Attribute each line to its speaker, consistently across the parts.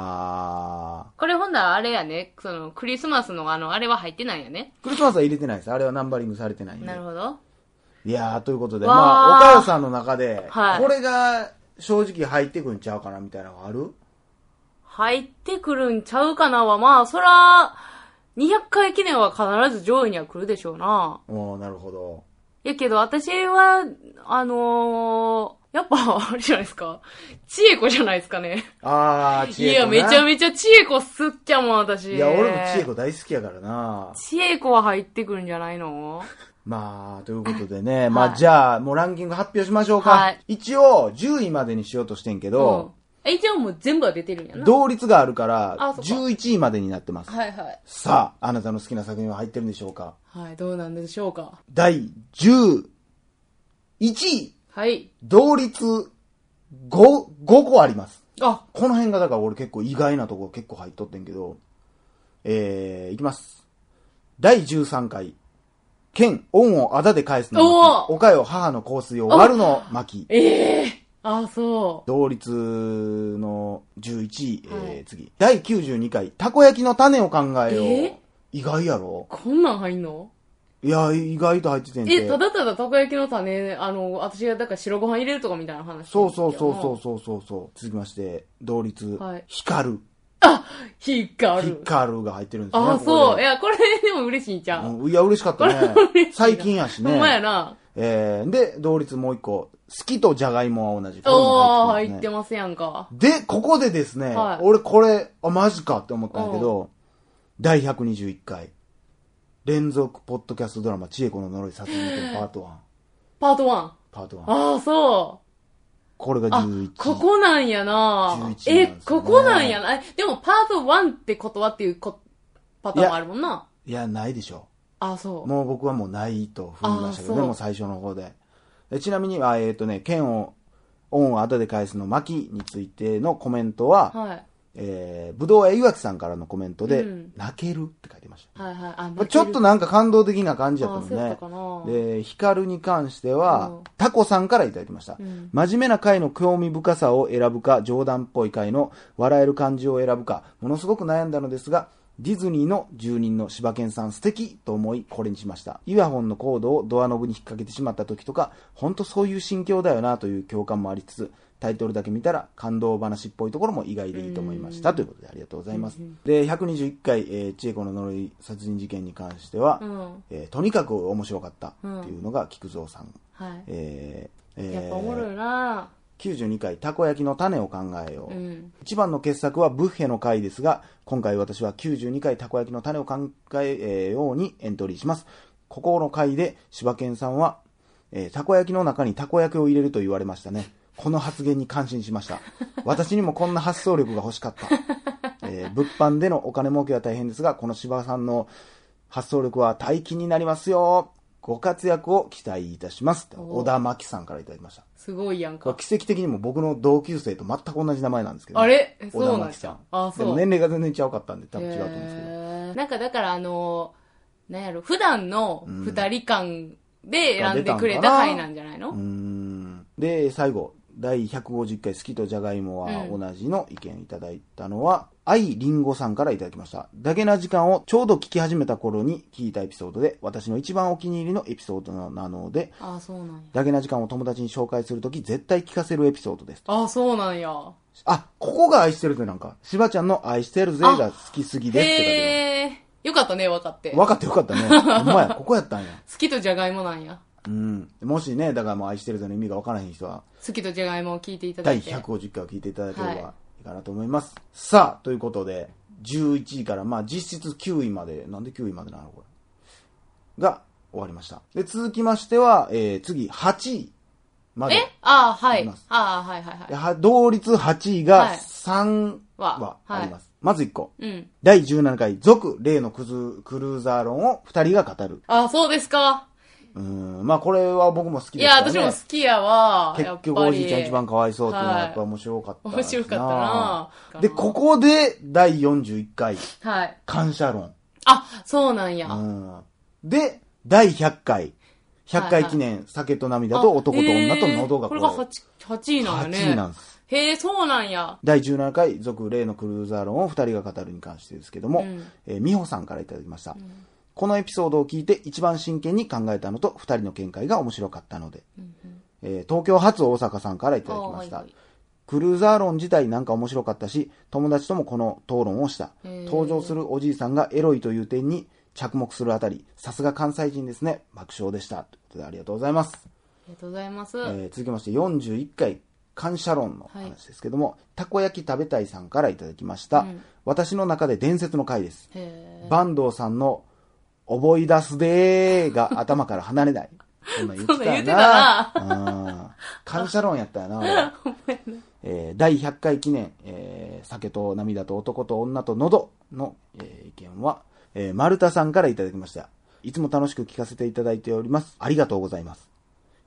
Speaker 1: ま
Speaker 2: これほんならあれやね、そのクリスマスのあの、あれは入ってないんやね。
Speaker 1: あ、クリスマスは入れてないです。あれはナンバリングされてないんで。
Speaker 2: なるほど。
Speaker 1: いやー、ということで、
Speaker 2: わー
Speaker 1: まあ、お母さんの中で、
Speaker 2: はい
Speaker 1: これが正直入ってくんちゃうかなみたいなのがある
Speaker 2: 入ってくるんちゃうかなは、まあ、そら、200回記念は必ず上位には来るでしょうな。
Speaker 1: おーなるほど。
Speaker 2: やけど、私は、あのーやっぱ、あ れじゃないですか。ちえこじゃないですかね。
Speaker 1: あー、
Speaker 2: い
Speaker 1: ちえ
Speaker 2: や、
Speaker 1: こな。
Speaker 2: めちゃめちゃちえこすっちゃもん、私。
Speaker 1: いや、俺もちえこ。大好きやからな。
Speaker 2: ちえこは入ってくるんじゃないの
Speaker 1: まあ、ということでね、まあ、じゃあ、もうランキング発表しましょうか。
Speaker 2: はい
Speaker 1: 一応、10位までにしようとしてんけど、
Speaker 2: うん。え、一応もう全部は出てるんやな。
Speaker 1: 同率があるから
Speaker 2: あ、そっか
Speaker 1: 11位までになってます。
Speaker 2: はいはい。
Speaker 1: さあ、あなたの好きな作品は入ってるんでしょうか
Speaker 2: はい、どうなんでしょうか。
Speaker 1: 第11位、
Speaker 2: はい。
Speaker 1: 同率5、5個あります。
Speaker 2: あ、
Speaker 1: この辺がだから俺結構意外なとこ結構入っとってんけど、えー、いきます。第13回、剣、恩をあだで返すの巻
Speaker 2: おー
Speaker 1: おかよ母の香水を割るの巻
Speaker 2: ええあ、そう。
Speaker 1: 同率の11位、
Speaker 2: は
Speaker 1: えー
Speaker 2: い
Speaker 1: 次。第92回、たこ焼きの種を考えよう。
Speaker 2: え
Speaker 1: 意外やろ
Speaker 2: こんなん入んの
Speaker 1: いや、意外と入っててんて。
Speaker 2: え、ただただたこ焼きの種、あの、私がだから白ご飯入れるとかみたいな話。
Speaker 1: そうそうそうそう。そうそうそう。続きまして、同率、
Speaker 2: はい
Speaker 1: 光る。
Speaker 2: 引っかかる。
Speaker 1: 光るが入ってるんですね。こ
Speaker 2: あ、
Speaker 1: こで
Speaker 2: そう。いや、これでも嬉しいんちゃう。
Speaker 1: うんいや、嬉しかったね。最近やし
Speaker 2: ほんまや
Speaker 1: ね。
Speaker 2: な。
Speaker 1: えー、で、同率もう一個。好きとじゃがいもは同じ。これ
Speaker 2: お
Speaker 1: も
Speaker 2: ー、
Speaker 1: 入って
Speaker 2: 入
Speaker 1: ますね
Speaker 2: ってますやんか。
Speaker 1: で、ここでですね、
Speaker 2: はい
Speaker 1: 俺これ、あ、マジかって思ったんやけど、第121回、連続ポッドキャストドラマ、ちえこの呪い殺人事件パート1、
Speaker 2: パート1。
Speaker 1: パート1。
Speaker 2: ああ、そ
Speaker 1: これが
Speaker 2: う。あ
Speaker 1: 11、。
Speaker 2: ここなんやな
Speaker 1: 11
Speaker 2: え
Speaker 1: なんですね、
Speaker 2: ここなんやな。えでも、パート1ってことはっていうこパターンもあるもんな。
Speaker 1: いや、ないでしょ。
Speaker 2: あ、そう。
Speaker 1: もう僕はもうないと踏みましたけど、
Speaker 2: あ
Speaker 1: で
Speaker 2: そう
Speaker 1: も最初の方で。でちなみに、あえっ、とね、剣を、恩を後で返すの巻についてのコメントは、
Speaker 2: はい。
Speaker 1: えー、ぶどう屋岩木さんからのコメントで、
Speaker 2: うん
Speaker 1: 泣けるって書いてました。
Speaker 2: はいはい。あ
Speaker 1: まあ、ちょっと
Speaker 2: な
Speaker 1: なんか感動的な感じやった
Speaker 2: あ
Speaker 1: も
Speaker 2: ー、そうやったか
Speaker 1: ん
Speaker 2: な。
Speaker 1: ね。で、ヒカルに関しては、
Speaker 2: うん
Speaker 1: タコさんからいただきました。
Speaker 2: うん
Speaker 1: 真面目な回の興味深さを選ぶか、冗談っぽい回の笑える感じを選ぶか、ものすごく悩んだのですが、ディズニーの住人の柴犬さん素敵と思いこれにしました。イヤホンのコードをドアノブに引っ掛けてしまった時とか、ほんとそういう心境だよなという共感もありつつ、タイトルだけ見たら感動話っぽいところも意外でいいと思いました。ということでありがとうございます。で、121回、えー、千恵子の呪い殺人事件に関しては、
Speaker 2: うん。
Speaker 1: えーとにかく面白かったっていうのが菊蔵さん。
Speaker 2: はい。
Speaker 1: えーえー
Speaker 2: やっぱおもろいな
Speaker 1: 92回、たこ焼きの種を考えよう。
Speaker 2: うん。
Speaker 1: 一番の傑作はブッフェの回ですが、今回私は92回たこ焼きの種を考えようにエントリーします。ここの回で柴犬さんは、えーたこ焼きの中にたこ焼きを入れると言われましたね。この発言に感心しました。私にもこんな発想力が欲しかった。えー物販でのお金儲けは大変ですが、この柴さんの発想力は大金になりますよ。ご活躍を期待いたします。
Speaker 2: お
Speaker 1: 小田真紀さんからいただきました。
Speaker 2: すごいやん
Speaker 1: これ
Speaker 2: か。
Speaker 1: 奇跡的にも僕の同級生と全く同じ名前なんですけど、
Speaker 2: あれえ
Speaker 1: 小
Speaker 2: そ
Speaker 1: 田
Speaker 2: うな
Speaker 1: 真紀
Speaker 2: んです
Speaker 1: さ
Speaker 2: か
Speaker 1: ん。
Speaker 2: あそう
Speaker 1: でも年齢が全然違うかったんで、多分違うと思うんですけど。
Speaker 2: へーなんかだからあのなんやろ、普段の二人間で選んでくれ
Speaker 1: う
Speaker 2: た
Speaker 1: ん
Speaker 2: 回なんじゃないの
Speaker 1: うーん。で、最後、第150回好きとじゃがいもは同じの意見いただいたのは、愛りんごさんからいただきました。だけな時間をちょうど聞き始めた頃に聞いたエピソードで、私の一番お気に入りのエピソードなので、
Speaker 2: ああ、そうなんや。
Speaker 1: だけな時間を友達に紹介するとき絶対聞かせるエピソードです。
Speaker 2: ああ、そうなんや。
Speaker 1: あ、ここが愛してるぜなんか、しばちゃんの愛してるぜが好きすぎですって書いてます
Speaker 2: へえ。よかったね、分かって。好
Speaker 1: 分かってよかったね。ほんまや、ここやったんや。
Speaker 2: きとじゃがいもなんや。
Speaker 1: うん。もしね、だからもう愛してるぞの意味が分からへん人は、
Speaker 2: 好きとじゃがいもを聞いていただ
Speaker 1: 第
Speaker 2: いて。
Speaker 1: 150回を聞いていただければい
Speaker 2: はい
Speaker 1: かなと思います。さあ、ということで、11位から、まあ実質9位まで、なんで9位までなのこれ。が、終わりました。で、続きましては、えー、次、8位まで
Speaker 2: え。ああ、はいい
Speaker 1: ます。
Speaker 2: ああ、はいはい
Speaker 1: で
Speaker 2: は
Speaker 1: は同率8位が
Speaker 2: はい
Speaker 1: 3は
Speaker 2: は
Speaker 1: あります。まず1個。
Speaker 2: い。うん。
Speaker 1: 第17回、続、例のクズクルーザー論を2人が語る。
Speaker 2: ああ、そうですか。
Speaker 1: うん、まあこれは僕も好き
Speaker 2: い
Speaker 1: ですか
Speaker 2: や、
Speaker 1: らね。
Speaker 2: 私も好きやわ。や
Speaker 1: 結
Speaker 2: っ
Speaker 1: 局
Speaker 2: ぱ
Speaker 1: お
Speaker 2: り
Speaker 1: じいちゃん一番かわいそうっていうのはやっぱ
Speaker 2: はい
Speaker 1: 面白かった
Speaker 2: 面白かったな
Speaker 1: で、ここで第41回、
Speaker 2: はい。
Speaker 1: 感謝論。
Speaker 2: あ、そうなんや。
Speaker 1: うん、で、第100回、100回記念、酒と涙と男と女と喉がこ
Speaker 2: これ
Speaker 1: う、
Speaker 2: が 8, 8位なんやね。
Speaker 1: 8位なんです。
Speaker 2: へえ、そうなんや。
Speaker 1: 第17回続例のクルーザー論を2人が語るに関してですけども、
Speaker 2: うん
Speaker 1: えー美穂さんからいただきました、このエピソードを聞いて一番真剣に考えたのと2人の見解が面白かったので、えー東京発大阪さんからいただきました、
Speaker 2: あはいはい
Speaker 1: クルーザー論自体なんか面白かったし友達ともこの討論をした
Speaker 2: へー
Speaker 1: 登場するおじいさんがエロいという点に着目するあたりさすが関西人ですね爆笑でしたということでありがとうございます
Speaker 2: ありがとうございます。
Speaker 1: えー続きまして41回感謝論の
Speaker 2: はい
Speaker 1: 話ですけども、たこ焼き食べたいさんからいただきました、
Speaker 2: うん
Speaker 1: 私の中で伝説の回です、
Speaker 2: へ
Speaker 1: 坂東さんの「思い出すでー」が頭から離れない そんなん言ってたよなうん感謝論やったよな俺
Speaker 2: え。ほんまやな
Speaker 1: えー第100回記念、えー酒と涙と男と女と喉の、えー意見は、えー丸田さんからいただきました。いつも楽しく聞かせていただいております。ありがとうございます。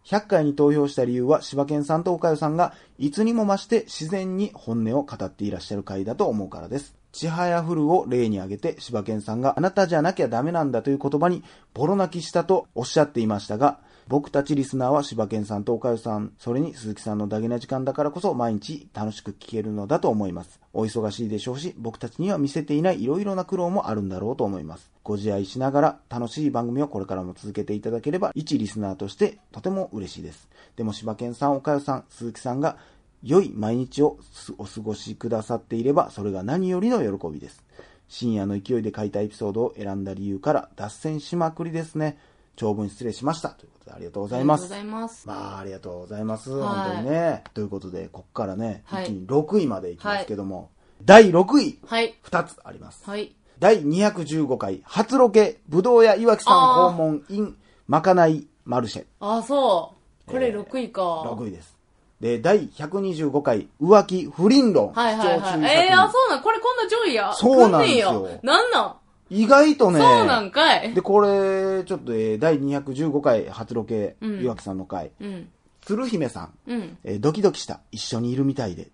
Speaker 1: 100回に投票した理由は、柴犬さんと岡代さんが、いつにも増して自然に本音を語っていらっしゃる回だと思うからです。ちはやふるを例に挙げて、柴犬さんがあなたじゃなきゃダメなんだという言葉にボロ泣きしたとおっしゃっていましたが、僕たちリスナーは柴犬さんと岡代さん、それに鈴木さんのダゲな時間だからこそ毎日楽しく聞けるのだと思います。お忙しいでしょうし、僕たちには見せていない色々な苦労もあるんだろうと思います。ご自愛しながら楽しい番組をこれからも続けていただければ、一リスナーとしてとても嬉しいです。でも柴犬さん、岡代さん、鈴木さんが良い毎日をお過ごしくださっていれば、それが何よりの喜びです。深夜の勢いで書いたエピソードを選んだ理由から脱線しまくりですね。長文失礼しました。ということでありがとうご
Speaker 2: あ
Speaker 1: ざい
Speaker 2: りが
Speaker 1: ま
Speaker 2: とうご
Speaker 1: す
Speaker 2: ざ。います。
Speaker 1: まあ、ありがとうございます。
Speaker 2: はい
Speaker 1: 本当にね。ということで、ここからね、
Speaker 2: はい
Speaker 1: 一気に6位までいきますけども、第6位、
Speaker 2: はい。
Speaker 1: 2つあります。
Speaker 2: はい。
Speaker 1: 第215回、初ロケ、ぶどう屋岩木さ
Speaker 2: あ
Speaker 1: ん訪
Speaker 2: ー
Speaker 1: 問 in まかないマルシェ。
Speaker 2: ああ、そう。これ6位か。
Speaker 1: 6位です。で、第125回、浮気不倫論。
Speaker 2: はいはいは
Speaker 1: 視聴注
Speaker 2: い
Speaker 1: 意。作
Speaker 2: えー、あ、そうなん、これこんな上位や。
Speaker 1: そうなんですよ
Speaker 2: 来んねんなんなん
Speaker 1: 意外とね、
Speaker 2: そうなんかい。
Speaker 1: で、これ、ちょっと、えー第215回、初ロケ、
Speaker 2: うん
Speaker 1: 岩木さんの回、
Speaker 2: うん。
Speaker 1: 鶴姫さん、
Speaker 2: うん。
Speaker 1: えードキドキした、一緒にいるみたいで、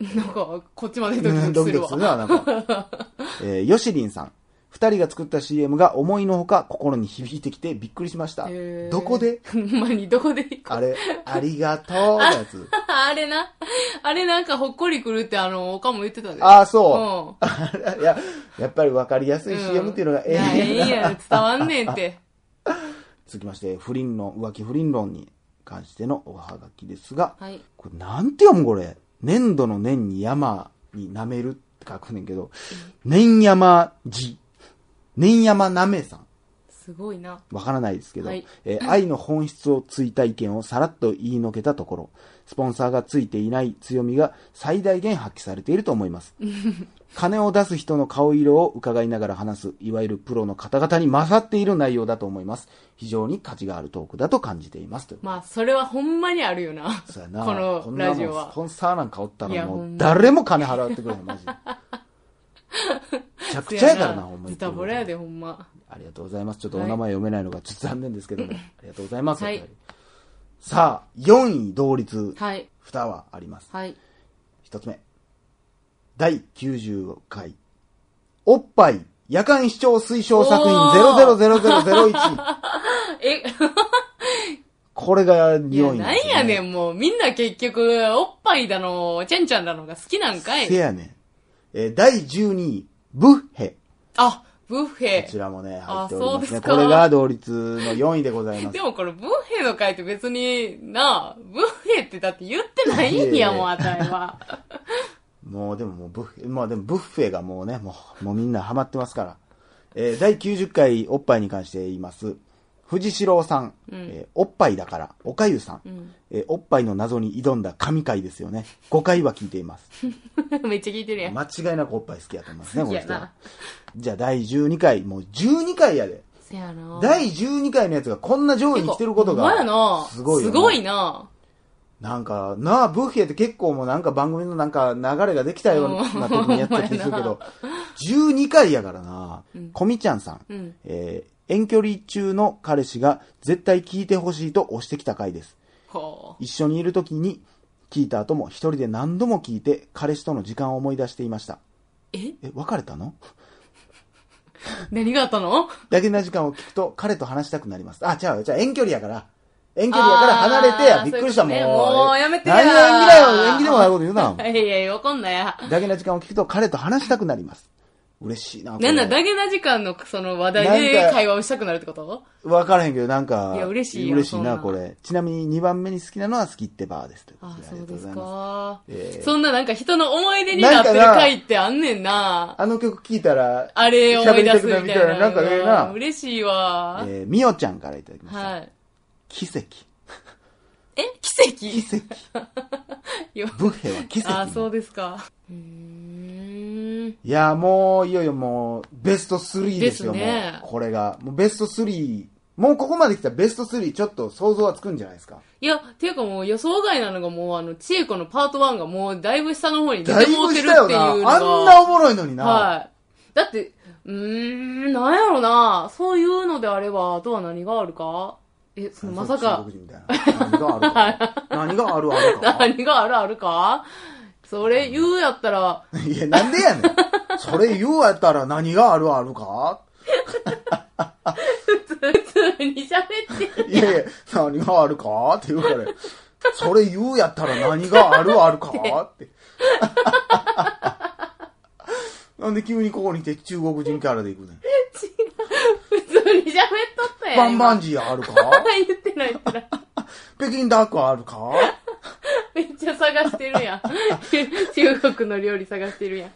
Speaker 2: なんか、こっちまでド
Speaker 1: うん
Speaker 2: キド
Speaker 1: ド
Speaker 2: キ
Speaker 1: キ
Speaker 2: す
Speaker 1: ド
Speaker 2: る
Speaker 1: キす。るな、
Speaker 2: わ
Speaker 1: なんか。 えー、ヨシリンさん。二人が作った CM が思いのほか心に響いてきてびっくりしました
Speaker 2: へー。
Speaker 1: どこで
Speaker 2: ほんまに、どこで行く
Speaker 1: あれ、ありがとうのやつ。
Speaker 2: あれな、あれなんかほっこりくるってあの、おかも言ってたで。
Speaker 1: ああ、
Speaker 2: う
Speaker 1: そう。
Speaker 2: ん。
Speaker 1: いや、やっぱり分かりやすい
Speaker 2: ん
Speaker 1: CM っていうのがえ
Speaker 2: いや、え
Speaker 1: え
Speaker 2: え
Speaker 1: な。
Speaker 2: んや、伝わんね んって。
Speaker 1: 続きまして、不倫論、浮気不倫論に関してのおはがきですが、
Speaker 2: はい。
Speaker 1: これなんて読むこれ。粘土の年に山に舐めるって書くねんけど、年山寺。年山舐めさん。
Speaker 2: すごいな。
Speaker 1: わからないですけど、
Speaker 2: はい
Speaker 1: えー愛の本質をついた意見をさらっと言いのけたところ、スポンサーがついていない強みが最大限発揮されていると思い ます。金を出す人の顔色を伺いながら話す、いわゆるプロの方々に勝っている内容だと思います。非常に価値があるトークだと感じています。という
Speaker 2: まあ、それはほんまにあるよな。
Speaker 1: そうやな。
Speaker 2: この
Speaker 1: んなも
Speaker 2: ラ
Speaker 1: ん
Speaker 2: ジオ
Speaker 1: ス
Speaker 2: は。
Speaker 1: ポンサーなんかおった
Speaker 2: い
Speaker 1: ら
Speaker 2: や
Speaker 1: も
Speaker 2: ほん
Speaker 1: う
Speaker 2: ま
Speaker 1: 誰も金払ってくれへん、マジで。めちゃくちゃや からな、ほんまに。
Speaker 2: ズタボロやで、ほんま。
Speaker 1: ありがとうございます。ちょっとお名前読めないのがちょっと残念ですけども、あ りがとうございます。
Speaker 2: はい
Speaker 1: お便りさあ、4位同率、
Speaker 2: はい。
Speaker 1: 2はあります。
Speaker 2: はい。
Speaker 1: 1つ目。第90回、おっぱい、夜間視聴推奨作品
Speaker 2: おー
Speaker 1: 000001。
Speaker 2: え、
Speaker 1: これが4位
Speaker 2: いや、
Speaker 1: な
Speaker 2: なんん
Speaker 1: ですよ
Speaker 2: やねん、もう。みんな結局、おっぱいだの、ちゃんちゃんだのが好きなんか
Speaker 1: せ
Speaker 2: い。
Speaker 1: やねん。えー第12位、ブッヘ。
Speaker 2: あ、ブッフ
Speaker 1: こち
Speaker 2: ェ。
Speaker 1: らもね、入っておりますね。
Speaker 2: あそうです
Speaker 1: こ
Speaker 2: か
Speaker 1: れが同率の4位でございます
Speaker 2: で。もこれ、ブッフェの回って別に、なあ、ブッフェってだって言ってないん
Speaker 1: いや
Speaker 2: や、
Speaker 1: いや
Speaker 2: もう、あたいは。
Speaker 1: もうでももうブッフェ、まあでもブッフェがもうね、もう、もうみんなハマってますから。えー第90回おっぱいに関して言います。藤四郎さん、えーおっぱいだから、おかゆさん、えーおっぱいの謎に挑んだ神回ですよね。5回は聞いています。
Speaker 2: めっちゃ聞いてるやん。
Speaker 1: 間違いなくおっぱい好きやと思いますね、
Speaker 2: 好
Speaker 1: こ
Speaker 2: き
Speaker 1: の
Speaker 2: や
Speaker 1: 人
Speaker 2: な
Speaker 1: は。じゃあ第12回、もう12回やで。
Speaker 2: せやな
Speaker 1: 第12回のやつがこんな上位に来てること
Speaker 2: ほんまや
Speaker 1: が
Speaker 2: な、
Speaker 1: すごいよ
Speaker 2: す
Speaker 1: な
Speaker 2: ごいな。
Speaker 1: なんか、なあ、ブッフェって結構もうなんか番組のなんか流れができたような時にやってた気するけ ど、12回やからな、コミちゃんさん、
Speaker 2: うん
Speaker 1: えー遠距離中の彼氏が絶対聞いてほしいと押してきた回です。
Speaker 2: ほ
Speaker 1: 一緒にいる時に聞いた後も一人で何度も聞いて彼氏との時間を思い出していました。
Speaker 2: う。え
Speaker 1: え、別れたの
Speaker 2: 何があったの
Speaker 1: だけな時間を聞くと彼と話したくなります。あ、違う、じゃあ遠距離やから。遠距離やから離れて
Speaker 2: あ
Speaker 1: や、
Speaker 2: ー
Speaker 1: びっくりした、
Speaker 2: そういうこ
Speaker 1: も
Speaker 2: とね
Speaker 1: う。
Speaker 2: もうやめてや
Speaker 1: 何を縁起だよ、縁起でもないこと言うな。
Speaker 2: いやいや、わかんないや。
Speaker 1: だけな時間を聞くと彼と話したくなります。嬉しいな。これ
Speaker 2: なんだ、ダゲな時間のその話題
Speaker 1: なん
Speaker 2: で
Speaker 1: か
Speaker 2: 会話をしたくなるってこと
Speaker 1: わからへんけど、なんか、
Speaker 2: いや嬉しいよ
Speaker 1: 嬉しい
Speaker 2: そんな
Speaker 1: な、
Speaker 2: の
Speaker 1: これ。ちなみに2番目に好きなのはスキッテバーです。ということ
Speaker 2: あ、
Speaker 1: で
Speaker 2: そう
Speaker 1: あり
Speaker 2: です
Speaker 1: がとうございます
Speaker 2: か。
Speaker 1: えー
Speaker 2: そんななんか人の思い出になってる回ってあんねんな。
Speaker 1: あの曲聴いたら、
Speaker 2: あれを思い出すみたい
Speaker 1: 喋りたく
Speaker 2: な。
Speaker 1: なるみたいななんかええな
Speaker 2: うん嬉しいわ。
Speaker 1: えー、みおちゃんからいただきました。
Speaker 2: はい。
Speaker 1: 奇跡。
Speaker 2: え奇
Speaker 1: 奇跡。
Speaker 2: 跡 よ
Speaker 1: ブッヘは奇跡。
Speaker 2: あ、そうですか。うーん。
Speaker 1: いや、もう、いよいよもう、ベスト3ですよ、
Speaker 2: ですね
Speaker 1: もう。これが。もうベスト3。もうここまで来たらベスト3、ちょっと想像はつくんじゃないですか。
Speaker 2: いや、ていうかもう予想外なのがもうあの、ちえこのパート1がもうだいぶ下の方に出
Speaker 1: だい
Speaker 2: てもう
Speaker 1: ぶ
Speaker 2: て
Speaker 1: し
Speaker 2: る
Speaker 1: た
Speaker 2: っ
Speaker 1: よ
Speaker 2: ていう
Speaker 1: な。あん
Speaker 2: のが。
Speaker 1: なおもろいのにな。
Speaker 2: はい。だって、うーん、なんやろな。そういうのであれば、あとは何があるかえ、そのまさか
Speaker 1: 中、国人みたいな。何があるか。何があるあるか。
Speaker 2: 何があるあるかそれ言うやったら、
Speaker 1: いや、なんでやねん。それ言うやったら何があるあるか
Speaker 2: 普通に喋って。
Speaker 1: いやいや、何があるかって言うからよそれ言うやったら何があるあるか って。なんで急にここに来て中国人キャラで行くねん。
Speaker 2: 普通に喋っとったやん。
Speaker 1: バンバンジーあるか
Speaker 2: 今 言ってない言ってない。
Speaker 1: 北京ダックあるか
Speaker 2: めっちゃ探してるやん。 中国の料理探してるやん。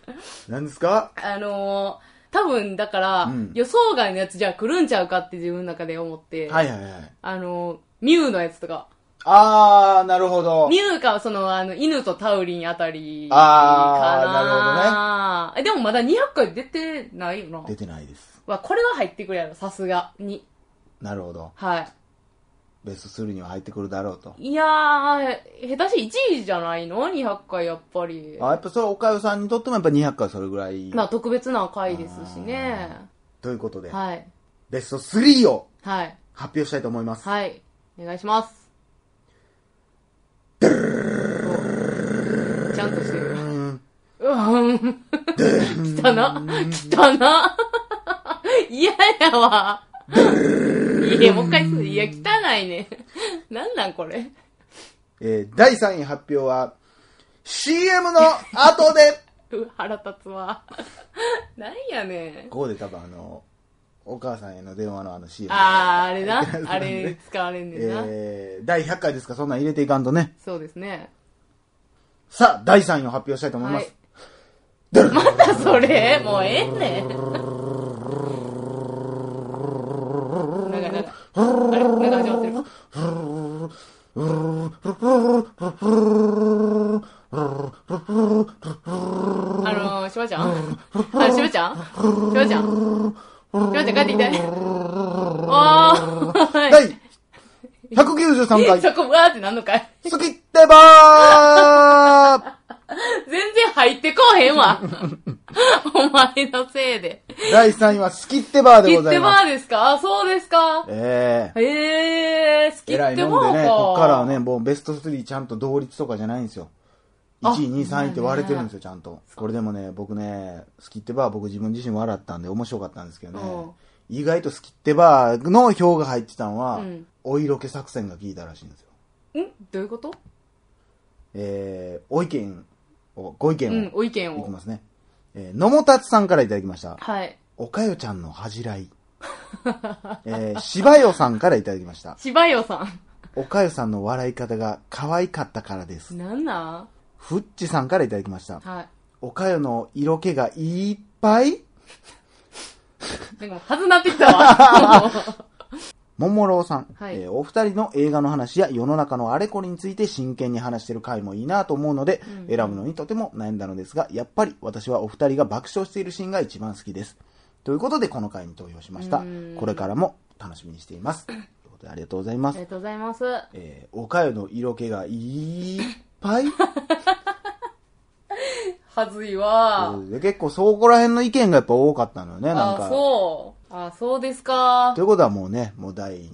Speaker 1: 何ですか
Speaker 2: あのー、多分だから、
Speaker 1: うん
Speaker 2: 予想外のやつじゃあ来るんちゃうかって自分の中で思って、
Speaker 1: はいはいはい。
Speaker 2: あのー、ミュウのやつとか、
Speaker 1: あー、なるほど
Speaker 2: ミ。ュウか、その、あの、犬とタウリンあたりかな。
Speaker 1: あ
Speaker 2: なるほどね。え、でもまだ200回出てないよな。
Speaker 1: 出てないです。
Speaker 2: わ、これは入ってくるやろ、さすがに。
Speaker 1: なるほど。
Speaker 2: は
Speaker 1: ベスト3には入ってくるだろうと。
Speaker 2: い。いやー、下手し1位じゃないの ?200 回やっぱり。
Speaker 1: あやっぱそれはおかゆさんにとってもやっぱ200回それぐらい。
Speaker 2: まあ特別な回ですしね。
Speaker 1: ということで、
Speaker 2: はい。
Speaker 1: ベスト3を
Speaker 2: はい。
Speaker 1: 発表したいと思います。
Speaker 2: はい。お願いします。おちゃんとしてる。うん。 汚な。汚な。嫌やわ。いや、もう一回する。いや、汚いね。なんなんこれ。
Speaker 1: えー第3位発表は、CM の後で
Speaker 2: うわ腹立つわ。なんやねん。
Speaker 1: ここで多分あの、お母さんへの電話のあの CM。
Speaker 2: あー、あれな。あれ使われんねんな。
Speaker 1: えー第100回ですか、そんなん入れていかんとね。
Speaker 2: そうですね。
Speaker 1: さあ、第3位を発表したいと思いま
Speaker 2: は
Speaker 1: す。
Speaker 2: い。またそれもうええねん。なんかなんか、あれなんか始まってる。あのー、しばちゃんあ、しばちゃんしばちゃんしばちゃん帰ってきて。あー。
Speaker 1: 第193回、
Speaker 2: そこ、わーってなんのかい
Speaker 1: スキッテバ ー
Speaker 2: 全然入ってこうへんわ。お前のせいで。
Speaker 1: 第3位はスキッテバーで
Speaker 2: 切
Speaker 1: ご
Speaker 2: っ
Speaker 1: ざ
Speaker 2: て
Speaker 1: い
Speaker 2: バ
Speaker 1: ます。
Speaker 2: ーですかあ、そうですか
Speaker 1: ええ
Speaker 2: えー、好き
Speaker 1: えら
Speaker 2: っ
Speaker 1: い
Speaker 2: て
Speaker 1: も
Speaker 2: も
Speaker 1: ん
Speaker 2: う
Speaker 1: で
Speaker 2: か。
Speaker 1: ね、こっからはね、もうベスト3ちゃんと同率とかじゃないんですよ。1
Speaker 2: あ
Speaker 1: 位、2位、3位って割れてるんですよ、ちゃんと。これでもね、僕ね、スキッテバー僕自分自身笑ったんで面白かったんですけどね、意外とスキッテバーの票が入ってたのは、
Speaker 2: うん
Speaker 1: お色気作戦が効いたらしいんですよ。
Speaker 2: んどういうこと
Speaker 1: えー、お意見を、ご意
Speaker 2: う
Speaker 1: 見
Speaker 2: ん、
Speaker 1: を、
Speaker 2: お意見
Speaker 1: いき
Speaker 2: を。
Speaker 1: ますね。えー、野茂達さんからいただきました。
Speaker 2: はい。
Speaker 1: おかよちゃんの恥じらい。 えー、しばよさんからいただきました。
Speaker 2: しばよさ
Speaker 1: おかよさんの笑い方が可愛かったからです
Speaker 2: ん。。なんなん
Speaker 1: フッチさんからいただきました。
Speaker 2: はい。
Speaker 1: おかよの色気がいっぱい
Speaker 2: なんかもう、はずなってきたわ。
Speaker 1: ももろうさん、
Speaker 2: はい
Speaker 1: えーお二人の映画の話や世の中のあれこれについて真剣に話してる回もいいなと思うので、
Speaker 2: うん
Speaker 1: 選ぶのにとても悩んだのですが、やっぱり私はお二人が爆笑しているシーンが一番好きです。ということで、この回に投票しました
Speaker 2: う。ん
Speaker 1: これからも楽しみにしてい ます。ということで、ありがとうございま
Speaker 2: あ
Speaker 1: す
Speaker 2: り。がとうございます。
Speaker 1: えーおかよの色気がいっ ぱい
Speaker 2: はずいわ。
Speaker 1: で結構そこら辺の意見がやっぱ多かったのよね、なん
Speaker 2: あ、
Speaker 1: か。
Speaker 2: そう。あ、そうですか
Speaker 1: とい。うことはもうね、もう第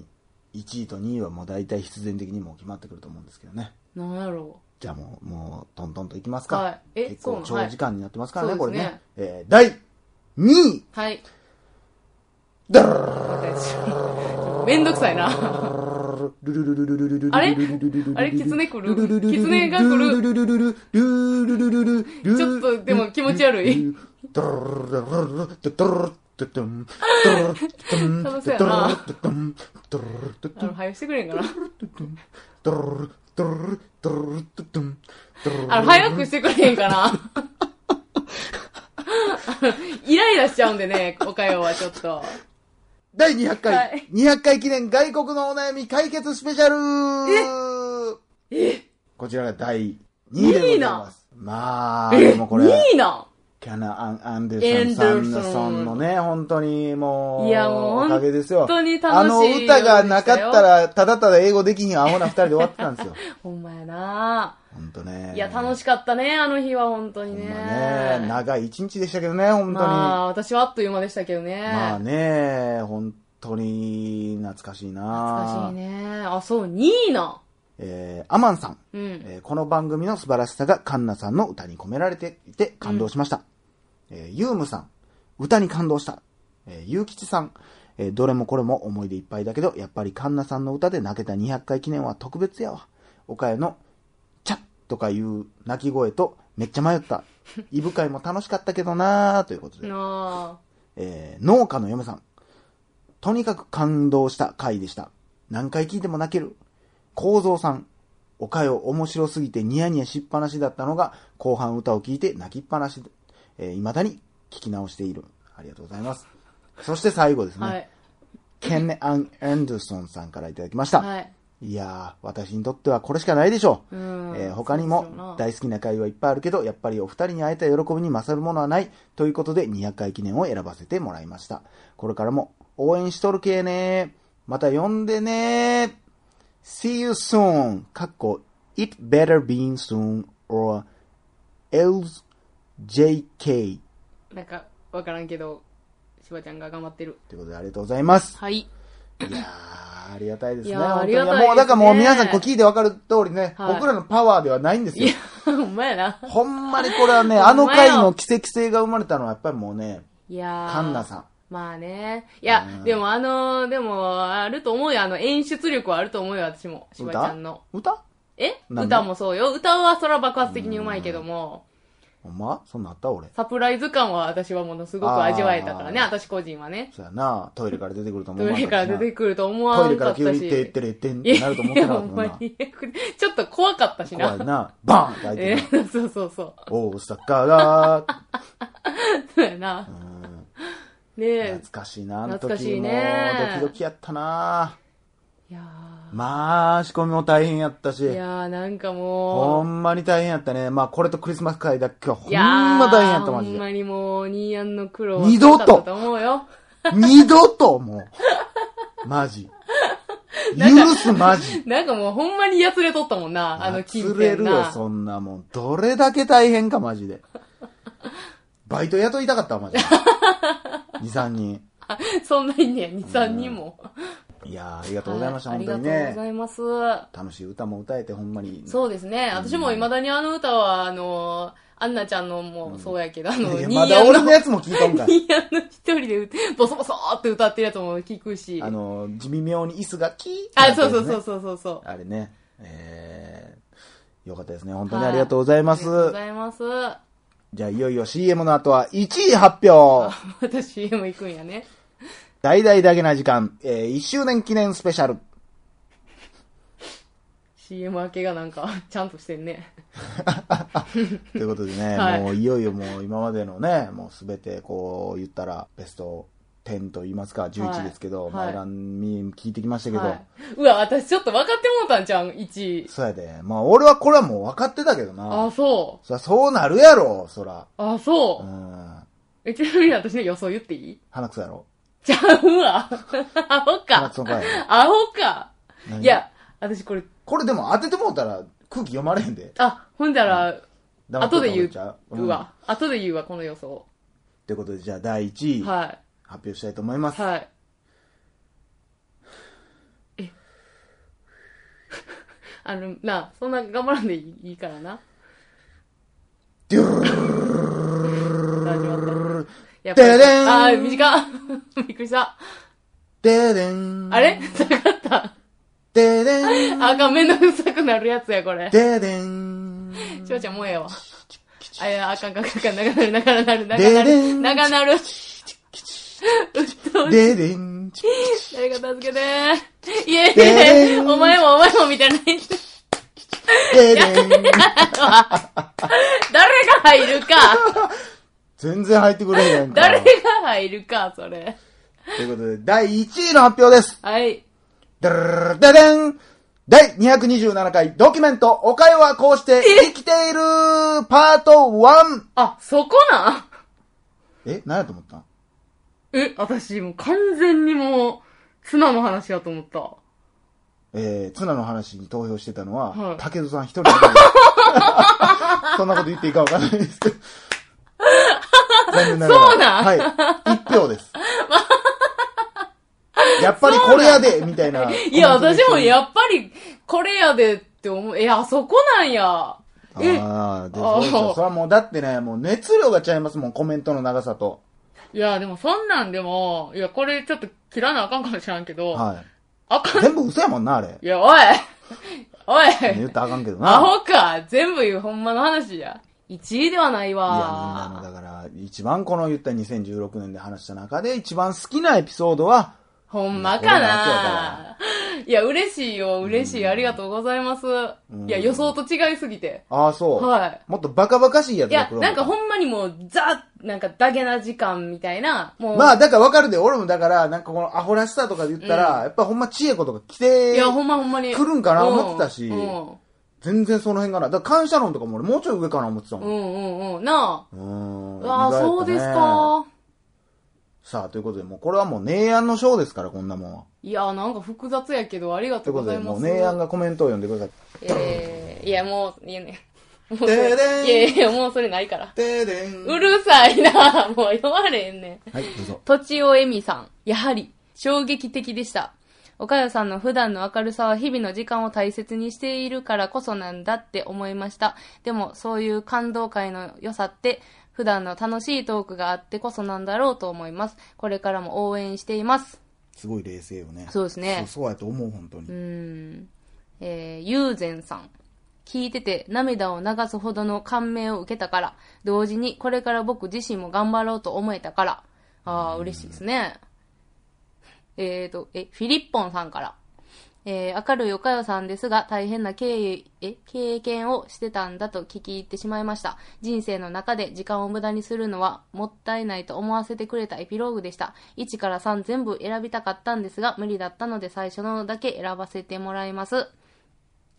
Speaker 1: 1位と2位はもう大体必然的にもう決まってくると思うんですけどね。
Speaker 2: なんやろ
Speaker 1: じゃあもう、もう、トントンといきますか。
Speaker 2: はいえ
Speaker 1: 結
Speaker 2: そうな
Speaker 1: 構
Speaker 2: の
Speaker 1: 長時間になってますからね、
Speaker 2: はい
Speaker 1: これね。
Speaker 2: そ
Speaker 1: えー第2位
Speaker 2: う。はい。
Speaker 1: だ
Speaker 2: わかりましためんどくさいな。
Speaker 1: ルルルルルルルル
Speaker 2: あれ
Speaker 1: ルルルルル
Speaker 2: あれ狐来る
Speaker 1: ルルルルル
Speaker 2: 狐が来る
Speaker 1: ルルルルルルルルルルル
Speaker 2: ちょっとでも気持ち悪 い
Speaker 1: ドルルルルルルドルルルルルルル
Speaker 2: 楽しそうやな
Speaker 1: ドルルルルルル
Speaker 2: あの、はよしてくれんかな。
Speaker 1: ドルルドルルドルルドゥンドルルル
Speaker 2: あの、早くしてくれへんかな。イライラしちゃうんでね、おかよはちょっと。
Speaker 1: 第200回、
Speaker 2: はい
Speaker 1: 200回記念外国のお悩み解決スペシャル
Speaker 2: え
Speaker 1: こちらが第2位でございます。まあ、でもこれ、
Speaker 2: いいな
Speaker 1: キャナ・アン・アンデルソンさんのそのね、本当にもう、
Speaker 2: いやもう
Speaker 1: おかげですよ。
Speaker 2: 本当に楽しい
Speaker 1: あの歌がなかったら、ただただ英語できひんアホな二人で終わってたんです よ。
Speaker 2: ほんまやな
Speaker 1: 本当ね。
Speaker 2: いや、楽
Speaker 1: し
Speaker 2: しかったね、あの日は本当に
Speaker 1: い
Speaker 2: ね。
Speaker 1: ね。ね長い一日でしたけどね、本当に。
Speaker 2: まあ、私はあっという間でしたけどね。
Speaker 1: まあね、本当に懐かしいな
Speaker 2: 懐かしい。ね。あ、そう、ニーナ。
Speaker 1: えー、アマンさん。
Speaker 2: うん。
Speaker 1: えーこの番組の素晴らしさがカンナさんの歌に込められていて感動しました。えーユームさん、歌に感動した。えー、ゆうきちさん、えーどれもこれも思い出いっぱいだけど、やっぱりカンナさんの歌で泣けた200回記念は特別やわ。岡谷の、チャッとかいう泣き声と、めっちゃ迷 った。イブ会も楽しかったけどなーということで。
Speaker 2: なあ。
Speaker 1: えー農家の嫁さん。とにかく感動した回でした。何回聞いても泣ける。幸三さん。おかよ面白すぎてニヤニヤしっぱなしだったのが、後半歌を聞いて泣きっぱなしで、えー、未だに聞き直している。ありがとうございます。そして最後ですね。
Speaker 2: はい。
Speaker 1: ケンネ・アン・エンドソンさんからいただきました。
Speaker 2: はい。
Speaker 1: い、やー、私にとってはこれしかないでしょう。
Speaker 2: うん。
Speaker 1: えー他に
Speaker 2: そうでしょう
Speaker 1: も
Speaker 2: な
Speaker 1: 大好きな会はいっぱいあるけど、やっぱりお二人に会えた喜びに勝るものはない。ということで200回記念を選ばせてもらいました。これからも応援しとるけーねまた呼んでね !See you soon! かっこ It better be soon or else JK
Speaker 2: なんか、わからんけど、しばちゃんが頑張ってる。
Speaker 1: ということでありがとうございます。
Speaker 2: はい。
Speaker 1: いやー、ありがたいですね。
Speaker 2: いやー
Speaker 1: 本当に
Speaker 2: ありがたいですね
Speaker 1: もうだからもう皆さんこう聞いてわかる通りね、
Speaker 2: はい
Speaker 1: 僕らのパワーではないんですよ
Speaker 2: いや。、ほんまやな。
Speaker 1: ほんまにこれはね、
Speaker 2: ほ
Speaker 1: あ
Speaker 2: んま
Speaker 1: の
Speaker 2: よ
Speaker 1: 回の奇跡性が生まれたのはやっぱりもうね、
Speaker 2: いやー
Speaker 1: カンナさん。
Speaker 2: まあね。いや、
Speaker 1: うん
Speaker 2: でもあのーでも、あると思うよ。あの、演出力はあると思うよ、私も。しばちゃんの。
Speaker 1: 歌
Speaker 2: え
Speaker 1: なんで
Speaker 2: 歌もそうよ。歌はそら爆発的にうまいけども、
Speaker 1: ほんまそんなんあった俺。
Speaker 2: サプライズ感は私はものすごく味わえたからね、
Speaker 1: あー
Speaker 2: 私個人はね。
Speaker 1: そうやな、トイレから出てくると思
Speaker 2: ど
Speaker 1: う。
Speaker 2: れから出てくると思
Speaker 1: ト
Speaker 2: わ
Speaker 1: イレ
Speaker 2: ん
Speaker 1: か
Speaker 2: からっ
Speaker 1: 急
Speaker 2: た
Speaker 1: に
Speaker 2: し。
Speaker 1: てってれってんっ
Speaker 2: いや
Speaker 1: てなると思ってなか
Speaker 2: ほ
Speaker 1: ったも
Speaker 2: ん
Speaker 1: ん
Speaker 2: ま
Speaker 1: な。
Speaker 2: に。ちょっと怖かったし
Speaker 1: 怖い
Speaker 2: な。
Speaker 1: な。バーンって開いて
Speaker 2: え
Speaker 1: な。
Speaker 2: そうそうそう。
Speaker 1: 大阪が、
Speaker 2: そうやな
Speaker 1: う。ん
Speaker 2: ねえ。
Speaker 1: 懐かしいな、あの
Speaker 2: 懐かし
Speaker 1: 時
Speaker 2: い
Speaker 1: も
Speaker 2: ね
Speaker 1: ドキドキやったない
Speaker 2: や
Speaker 1: まあ、仕込みも大変やったし
Speaker 2: ー。い、やーなんか
Speaker 1: ほ
Speaker 2: もう。
Speaker 1: んまに大変やったね。まあ、これとクリスマス会だけはほん
Speaker 2: いやー
Speaker 1: ま大変やった、マジ
Speaker 2: ほんま
Speaker 1: で。
Speaker 2: にもう、ニーアンの苦労は
Speaker 1: 二度と
Speaker 2: なかったと思うよ。
Speaker 1: 二度ともう。マジ。
Speaker 2: なんか
Speaker 1: 許す、マジ。
Speaker 2: なんかもうほんまにやつれとったもんな、あの金
Speaker 1: 釣れる
Speaker 2: 銭
Speaker 1: よ、
Speaker 2: な。
Speaker 1: そんなもん。どれだけ大変か、マジで。バイト雇いたかったわ、マジで。2、3人。
Speaker 2: そんなにね、2、3人も。
Speaker 1: いやー、ありがとうございました、
Speaker 2: は
Speaker 1: 本当に
Speaker 2: ありがとうご
Speaker 1: ね。
Speaker 2: ざいます。
Speaker 1: 楽しい歌も歌えて、ほんまに。
Speaker 2: そうですね。私も未だにあの歌は、あの、アンナちゃんのもそうやけど、あの、
Speaker 1: いや
Speaker 2: ニー
Speaker 1: まだ
Speaker 2: ヤン
Speaker 1: 俺
Speaker 2: の
Speaker 1: の、やつも聞いとんかい。
Speaker 2: ニーヤンの一人で歌、ボソボソーって歌ってるやつも聞くし。
Speaker 1: あの、地味妙に椅子がキーってな
Speaker 2: あ、
Speaker 1: って
Speaker 2: そ
Speaker 1: る
Speaker 2: う
Speaker 1: ね
Speaker 2: そうそうそうそうそう。
Speaker 1: あれね。えー、よかったですね。本当にありがとうございます。
Speaker 2: ありがとうございます。
Speaker 1: じゃあ、いよいよ CM の後は1位発表
Speaker 2: あまた CM 行くんやね。
Speaker 1: 大々だけな時間、えー、1周年記念スペシャル。
Speaker 2: CM 明けがなんか、ちゃんとしてんね。
Speaker 1: ということでね、
Speaker 2: はい
Speaker 1: もういよいよもう今までのね、もうすべてこう言ったらベスト10と言いますか、
Speaker 2: は
Speaker 1: 11
Speaker 2: い
Speaker 1: ですけど、
Speaker 2: はい
Speaker 1: まあ欄に聞いてきましたけど、
Speaker 2: はい、うわ、私ちょっと分かってもうたんちゃうん、1位。
Speaker 1: そうやで、まあ俺はこれはもう分かってたけどな。
Speaker 2: あ、そう。
Speaker 1: そりゃそうなるやろ、そら。
Speaker 2: あ、そうう。
Speaker 1: ん。
Speaker 2: え、ちなみに私の予想言っていい
Speaker 1: 鼻くそやろ。
Speaker 2: ちゃうわ。 アホ
Speaker 1: 鼻
Speaker 2: か
Speaker 1: く。そかい。
Speaker 2: アホか。
Speaker 1: 何
Speaker 2: いや、私これ、
Speaker 1: これでも当ててもうたら空気読まれへんで。
Speaker 2: あ、ほんだら、
Speaker 1: 黙っと
Speaker 2: 後
Speaker 1: った方
Speaker 2: で
Speaker 1: が
Speaker 2: 言
Speaker 1: いいんちゃ
Speaker 2: うわ。後で言うわ、この予想。
Speaker 1: ということで、じゃあ第1位、発
Speaker 2: は
Speaker 1: 表したいと思いま
Speaker 2: い。
Speaker 1: す。
Speaker 2: はい。え。 あの、なあ、そんな頑張らんでいいいいからな。
Speaker 1: デュルル
Speaker 2: 大丈夫だったやっ
Speaker 1: ででん
Speaker 2: ぱ り、あー、短っ。びっくりした。
Speaker 1: デデン
Speaker 2: あれ下がった。
Speaker 1: ででん。
Speaker 2: あかん、めんどくさくなるやつや、これ。
Speaker 1: ででん。
Speaker 2: しょうちゃん、もうええわ。あ、いや、あかん、あかん、あかん、長なる、長なる、長な
Speaker 1: でで
Speaker 2: る、
Speaker 1: ん
Speaker 2: 長なる。うっ とうしい。
Speaker 1: ででん。
Speaker 2: 誰か助けてー。いえい
Speaker 1: で
Speaker 2: え
Speaker 1: で、ん
Speaker 2: お前もお前もみたいな。
Speaker 1: ででん。
Speaker 2: 誰が入る か。
Speaker 1: 全然入ってくれへんやんか。
Speaker 2: 誰が入るか、それ。
Speaker 1: ということで、第1位の発表です。
Speaker 2: はい。
Speaker 1: でるででん。第227回ドキュメント、おかよはこうして生きているパート 1!
Speaker 2: あ、そこなん
Speaker 1: え、何やと思ったん
Speaker 2: え、私もう完全にもう、ツナの話やと思った。
Speaker 1: えー、ツナの話に投票してたのは、
Speaker 2: はい
Speaker 1: 竹戸さん一人だけです そんなこと言っていいかわからないですけど。残念ながら。
Speaker 2: そうなん
Speaker 1: はい。一票です。やっぱりこれやでみたいな。
Speaker 2: いや、私もやっぱり、これやでって思う。え、あそこなんや。え、
Speaker 1: ああ、で、そうですよ
Speaker 2: あー
Speaker 1: それはもうだってね、もう熱量がちゃいますもん、コメントの長さと。
Speaker 2: いや、でもそんなんでも、いや、これちょっと切らなあかんかもしらんけど、
Speaker 1: は
Speaker 2: あ
Speaker 1: い。
Speaker 2: かん。
Speaker 1: 全部嘘やもんな、あれ。
Speaker 2: いや、おいお
Speaker 1: 言っ
Speaker 2: い
Speaker 1: たらあかんけどな。
Speaker 2: ア
Speaker 1: いや、
Speaker 2: ホか全部言う、ほんまの話や。1位ではない
Speaker 1: みんなの、
Speaker 2: わ。
Speaker 1: だから、一番この言った2016年で話した中で、一番好きなエピソードは、
Speaker 2: ほんま
Speaker 1: いや
Speaker 2: か
Speaker 1: 俺らの秋や
Speaker 2: な。いや、嬉しいよ、嬉しい。ありがとうございます。
Speaker 1: ん
Speaker 2: いや、予想と違いすぎて。
Speaker 1: ああ、そう。
Speaker 2: はい
Speaker 1: もっとバカバカしいやつ
Speaker 2: いや、
Speaker 1: 黒
Speaker 2: なんか
Speaker 1: 本
Speaker 2: ほんまにもう、ザ、なんかダゲな時間みたいな、もう。
Speaker 1: まあ、だからわかるで、俺もだから、なんかこのアホらしさとかで言ったら、やっぱほんま知恵子とか来て
Speaker 2: い、や、ほんまほんまに。
Speaker 1: 来るんかな思ってたし
Speaker 2: うんうん
Speaker 1: 全然その辺かな。だから感謝論とかも俺もうちょい上かな思ってたも。
Speaker 2: うんんうんうん。な
Speaker 1: う
Speaker 2: あ。
Speaker 1: ん。
Speaker 2: うわあ、
Speaker 1: 意外やったね
Speaker 2: そうです。か。
Speaker 1: さあ、ということで、もうこれはもう、ネイアンのショーですから、こんなもんは。
Speaker 2: いや、なんか複雑やけど、ありが
Speaker 1: とい
Speaker 2: と
Speaker 1: う
Speaker 2: う
Speaker 1: こと
Speaker 2: ござ
Speaker 1: で、
Speaker 2: いま
Speaker 1: もう、
Speaker 2: す。
Speaker 1: ネイアンがコメントを読んでください。
Speaker 2: えー、いや、もう、いやね。もうそ
Speaker 1: で
Speaker 2: れ
Speaker 1: でん
Speaker 2: いやいや、もうそれないから。
Speaker 1: ででん。
Speaker 2: うるさいな もう読まれへんねん。
Speaker 1: はい、どうぞ。
Speaker 2: とちおえみさん、やはり、衝撃的でした。岡代さんの普段の明るさは日々の時間を大切にしているからこそなんだって思いました。でも、そういう感動会の良さって、普段の楽しいトークがあってこそなんだろうと思います。これからも応援しています。
Speaker 1: すごい冷静よね。
Speaker 2: そうですね
Speaker 1: そうそうやと思う、本当に。
Speaker 2: うーん。えー、ゆうぜんさん。聞いてて涙を流すほどの感銘を受けたから、同時にこれから僕自身も頑張ろうと思えたから、ああ、嬉しいですね。えーと、え、フィリッポンさんから。えー明るいおかよさんですが、大変な経営、え、経験をしてたんだと聞き入ってしまいました。人生の中で時間を無駄にするのはもったいないと思わせてくれたエピローグでした。1から3全部選びたかったんですが、無理だったので最初のだけ選ばせてもらいます。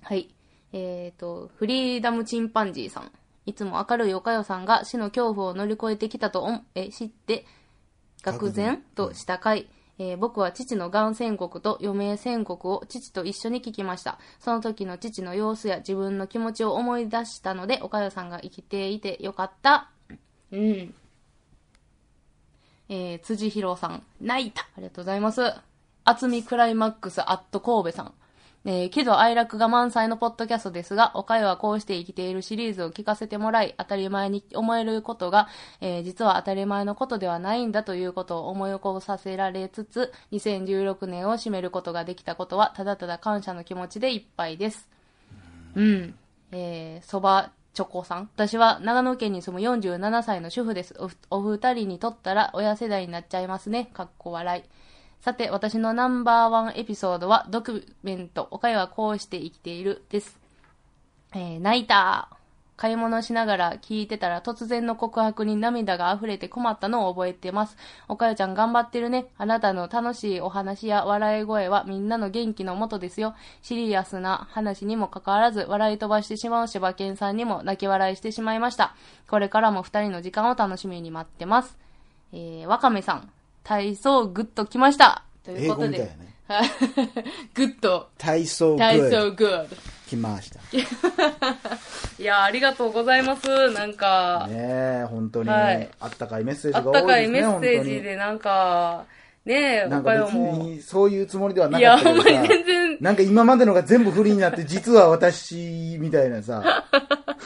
Speaker 2: はい。えっ、と、フリーダムチンパンジーさん。いつも明るいおかよさんが死の恐怖を乗り越えてきたとおえ知って、愕然とした回、えー僕は父のがん宣告と余命宣告を父と一緒に聞きました。その時の父の様子や自分の気持ちを思い出したので、岡代さんが生きていてよかった。うん。えー、辻弘さん、泣いた。ありがとうございます。厚みクライマックスアット神戸さん。えー、喜怒哀楽が満載のポッドキャストですが、おかよはこうして生きているシリーズを聞かせてもらい、当たり前に思えることが、えー実は当たり前のことではないんだということを思い起こさせられつつ、2016年を締めることができたことは、ただただ感謝の気持ちでいっぱいです。うん。えー、そばチョコさん。私は長野県に住む47歳の主婦です。おふお二人にとったら親世代になっちゃいますね。かっこ笑い。さて、私のナンバーワンエピソードは、ドキュメント、おかよはこうして生きている、です。えー泣いた買い物しながら聞いてたら突然の告白に涙が溢れて困ったのを覚えてます。おかよちゃん頑張ってるね。あなたの楽しいお話や笑い声はみんなの元気のもとですよ。シリアスな話にもかかわらず笑い飛ばしてしまう柴犬さんにも泣き笑いしてしまいました。これからも二人の時間を楽しみに待ってます。えー、わかめさん、体操グッときました。という
Speaker 1: 英
Speaker 2: こ
Speaker 1: 語
Speaker 2: と
Speaker 1: みたい
Speaker 2: で
Speaker 1: や。ね。
Speaker 2: グッと、
Speaker 1: 体操グ
Speaker 2: 体
Speaker 1: ッ
Speaker 2: 操
Speaker 1: ド。
Speaker 2: グッド。
Speaker 1: 来ました。
Speaker 2: いやーありがとうございます。なんか、
Speaker 1: ねえ、本当に、
Speaker 2: はい
Speaker 1: あったかいメッセー
Speaker 2: あ
Speaker 1: ジが多
Speaker 2: ったか
Speaker 1: い
Speaker 2: いメ
Speaker 1: ですね、
Speaker 2: ッ
Speaker 1: 本当
Speaker 2: セージ
Speaker 1: に。
Speaker 2: でなんか、ねえ、
Speaker 1: なん
Speaker 2: 他
Speaker 1: か
Speaker 2: よ
Speaker 1: 別
Speaker 2: も。
Speaker 1: にそういうつもりではないか
Speaker 2: や、
Speaker 1: ったけど
Speaker 2: ほんま
Speaker 1: さ
Speaker 2: に全然、
Speaker 1: なんか今までのが全部不利になって、実は私、みたいなさ、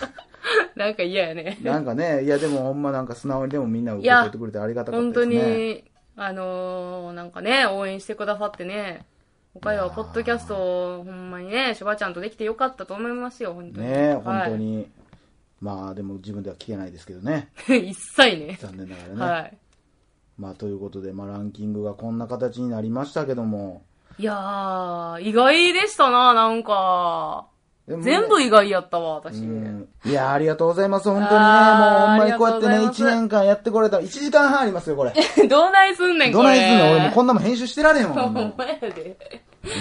Speaker 2: なんか嫌やね。
Speaker 1: なんかね、いやでもほんまなんか素直にでもみんな受け取ってくれてありがたかった
Speaker 2: 本
Speaker 1: で
Speaker 2: 当
Speaker 1: すね。
Speaker 2: に、あのー、なんかね、応援してくださってね。他はポッドキャストをほんまにね、しばちゃんとできてよかったと思いますよ、本当に。
Speaker 1: ねえ、
Speaker 2: はい
Speaker 1: 本当。に。まあ、でも自分では聞けないですけどね。
Speaker 2: 一切ね。
Speaker 1: 残念ながらね。
Speaker 2: はい。
Speaker 1: まあ、ということで、まあ、ランキングがこんな形になりましたけども。
Speaker 2: いやー、意外でしたな、なんか。
Speaker 1: でもね
Speaker 2: 全部意外やったわ、
Speaker 1: う
Speaker 2: 私。
Speaker 1: んいや、ありがとうございます。本当にね。もう、
Speaker 2: あー
Speaker 1: ほんまにこうやってね、
Speaker 2: ありがとうございます
Speaker 1: 1年間やってこれたら、1時間半ありますよ、 これ。
Speaker 2: どないすんねん、
Speaker 1: ど
Speaker 2: これ。
Speaker 1: ないすんの俺もうこんなもん編集してられへんわ。もう
Speaker 2: ほんまやで。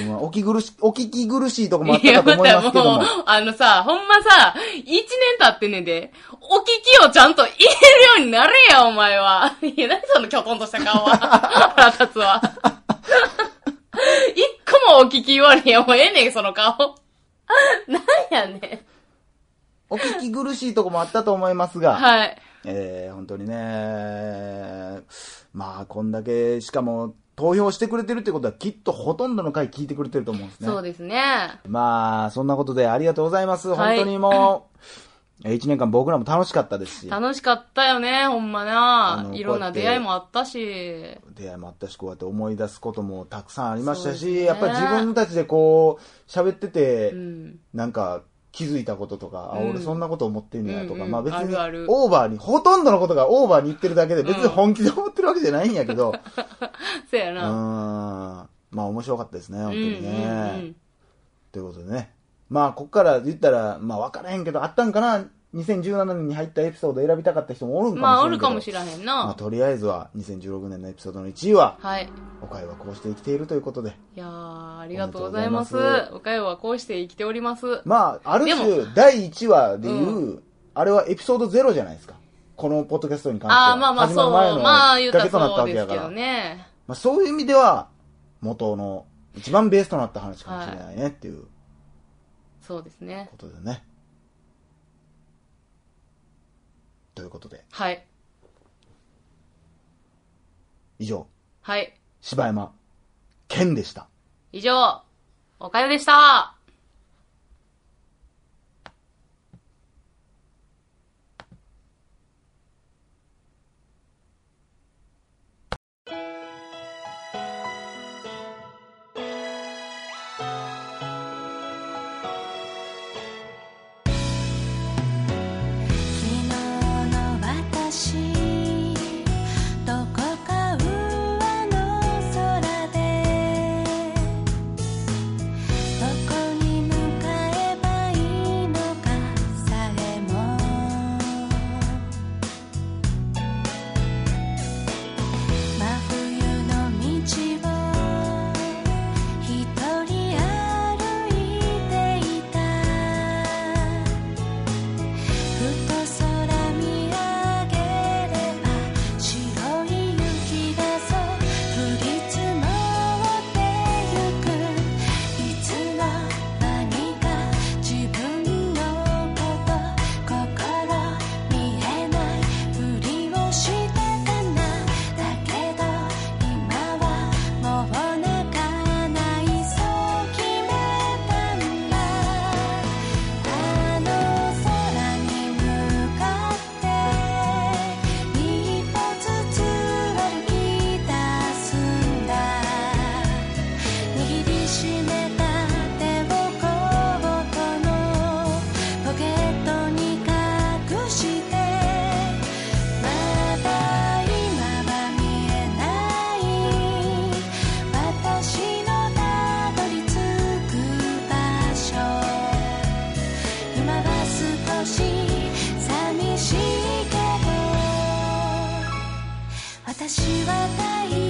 Speaker 1: うんお聞き苦し、お聞き苦しいとこもあっ
Speaker 2: い
Speaker 1: た
Speaker 2: や、
Speaker 1: かと
Speaker 2: ま
Speaker 1: 思い
Speaker 2: た
Speaker 1: ま
Speaker 2: も
Speaker 1: すけども。
Speaker 2: う、あのさ、ほんまさ、一年経ってんねんで、お聞きをちゃんと入れるようになれや、お前は。 いや、何そのキョトンとした顔は。腹立つわ。 一個もお聞き言われへん。もうええねん、その顔。なんやねん。
Speaker 1: お聞き苦しいとこもあったと思いますが。
Speaker 2: はい。
Speaker 1: えー、本当にね、まあ、こんだけ、しかも、投票してくれてるってことは、きっとほとんどの回聞いてくれてると思うんですね。
Speaker 2: そうですね。
Speaker 1: まあ、そんなことでありがとうございます。
Speaker 2: は
Speaker 1: 本
Speaker 2: い
Speaker 1: 当にもう、えー一年間僕らも楽しかったですし、
Speaker 2: 楽しかったよね、ほんま
Speaker 1: あ
Speaker 2: な
Speaker 1: の。
Speaker 2: いろん
Speaker 1: こう
Speaker 2: な
Speaker 1: やって
Speaker 2: 出会いもあったし。
Speaker 1: 出会いもあったし、こうやって思い出すこともたくさんありました
Speaker 2: そ
Speaker 1: し、
Speaker 2: うですね
Speaker 1: やっぱり自分たちでこう、喋ってて、
Speaker 2: うん。
Speaker 1: なんか、気づいたこととか、あ、
Speaker 2: うん
Speaker 1: 俺そんなこと思ってんねやとか、
Speaker 2: うんうん
Speaker 1: まあ別に
Speaker 2: あるある
Speaker 1: オーバーに、ほとんどのことがオーバーに言ってるだけで、別に
Speaker 2: うん
Speaker 1: 本気で思ってるわけじゃないんやけ ど、
Speaker 2: そや
Speaker 1: うー
Speaker 2: な。
Speaker 1: んまあ面白かったですね、本
Speaker 2: う
Speaker 1: 当
Speaker 2: ん。
Speaker 1: にね。
Speaker 2: うん
Speaker 1: ということでね。まあ、こっから言ったら、まあ分からへんけど、あったんかな ?2017 年に入ったエピソード選びたかった人もおる
Speaker 2: うんん。
Speaker 1: かもしれんけど。
Speaker 2: まあ、おるかもしらへん
Speaker 1: まあ、
Speaker 2: な。
Speaker 1: とりあえずは、2016年のエピソードの1位は、
Speaker 2: はい。
Speaker 1: おかはこうして生きているということで。
Speaker 2: いやー、ありがとうございます
Speaker 1: おめでとうござい。
Speaker 2: おかよはこうして生きております。
Speaker 1: まあ、ある
Speaker 2: で
Speaker 1: 種、第1話でいう、あれはエピソード0じゃないですか。このポッドキャストに関しては。
Speaker 2: あー、まあまあ、
Speaker 1: 始
Speaker 2: そう。
Speaker 1: まる
Speaker 2: まあ、
Speaker 1: 前のきっ
Speaker 2: 言う
Speaker 1: か
Speaker 2: た
Speaker 1: けとなった
Speaker 2: らそ
Speaker 1: わ
Speaker 2: う
Speaker 1: け
Speaker 2: で
Speaker 1: や
Speaker 2: す
Speaker 1: か
Speaker 2: け
Speaker 1: ら。
Speaker 2: どね。
Speaker 1: まあ、そういう意味では、元の一番ベースとなった話かもしれないねっていう
Speaker 2: そうですね
Speaker 1: とい。うことでね。ということで、
Speaker 2: はい。
Speaker 1: 以上、
Speaker 2: はい。
Speaker 1: 柴山健でした。
Speaker 2: 以上、おかよでした。
Speaker 3: 「昨日の私どこか上の空で」「どこに向かえばいいのかさえも」「真冬の道をひとり歩いていた」「ふと空見上げれば白い雪がそう降り積もってゆく」「いつの間にか自分のこと」「心見えないふりをしたかな」「だけど今はもう泣かないそう決めたんだ」「あの空に向かって」「一歩ずつ歩き出すんだ」「握りしめた手をコートのポケットに隠して」「まだ今は見えない」「私のたどり着く場所」「今は少し寂しいけど」「私は大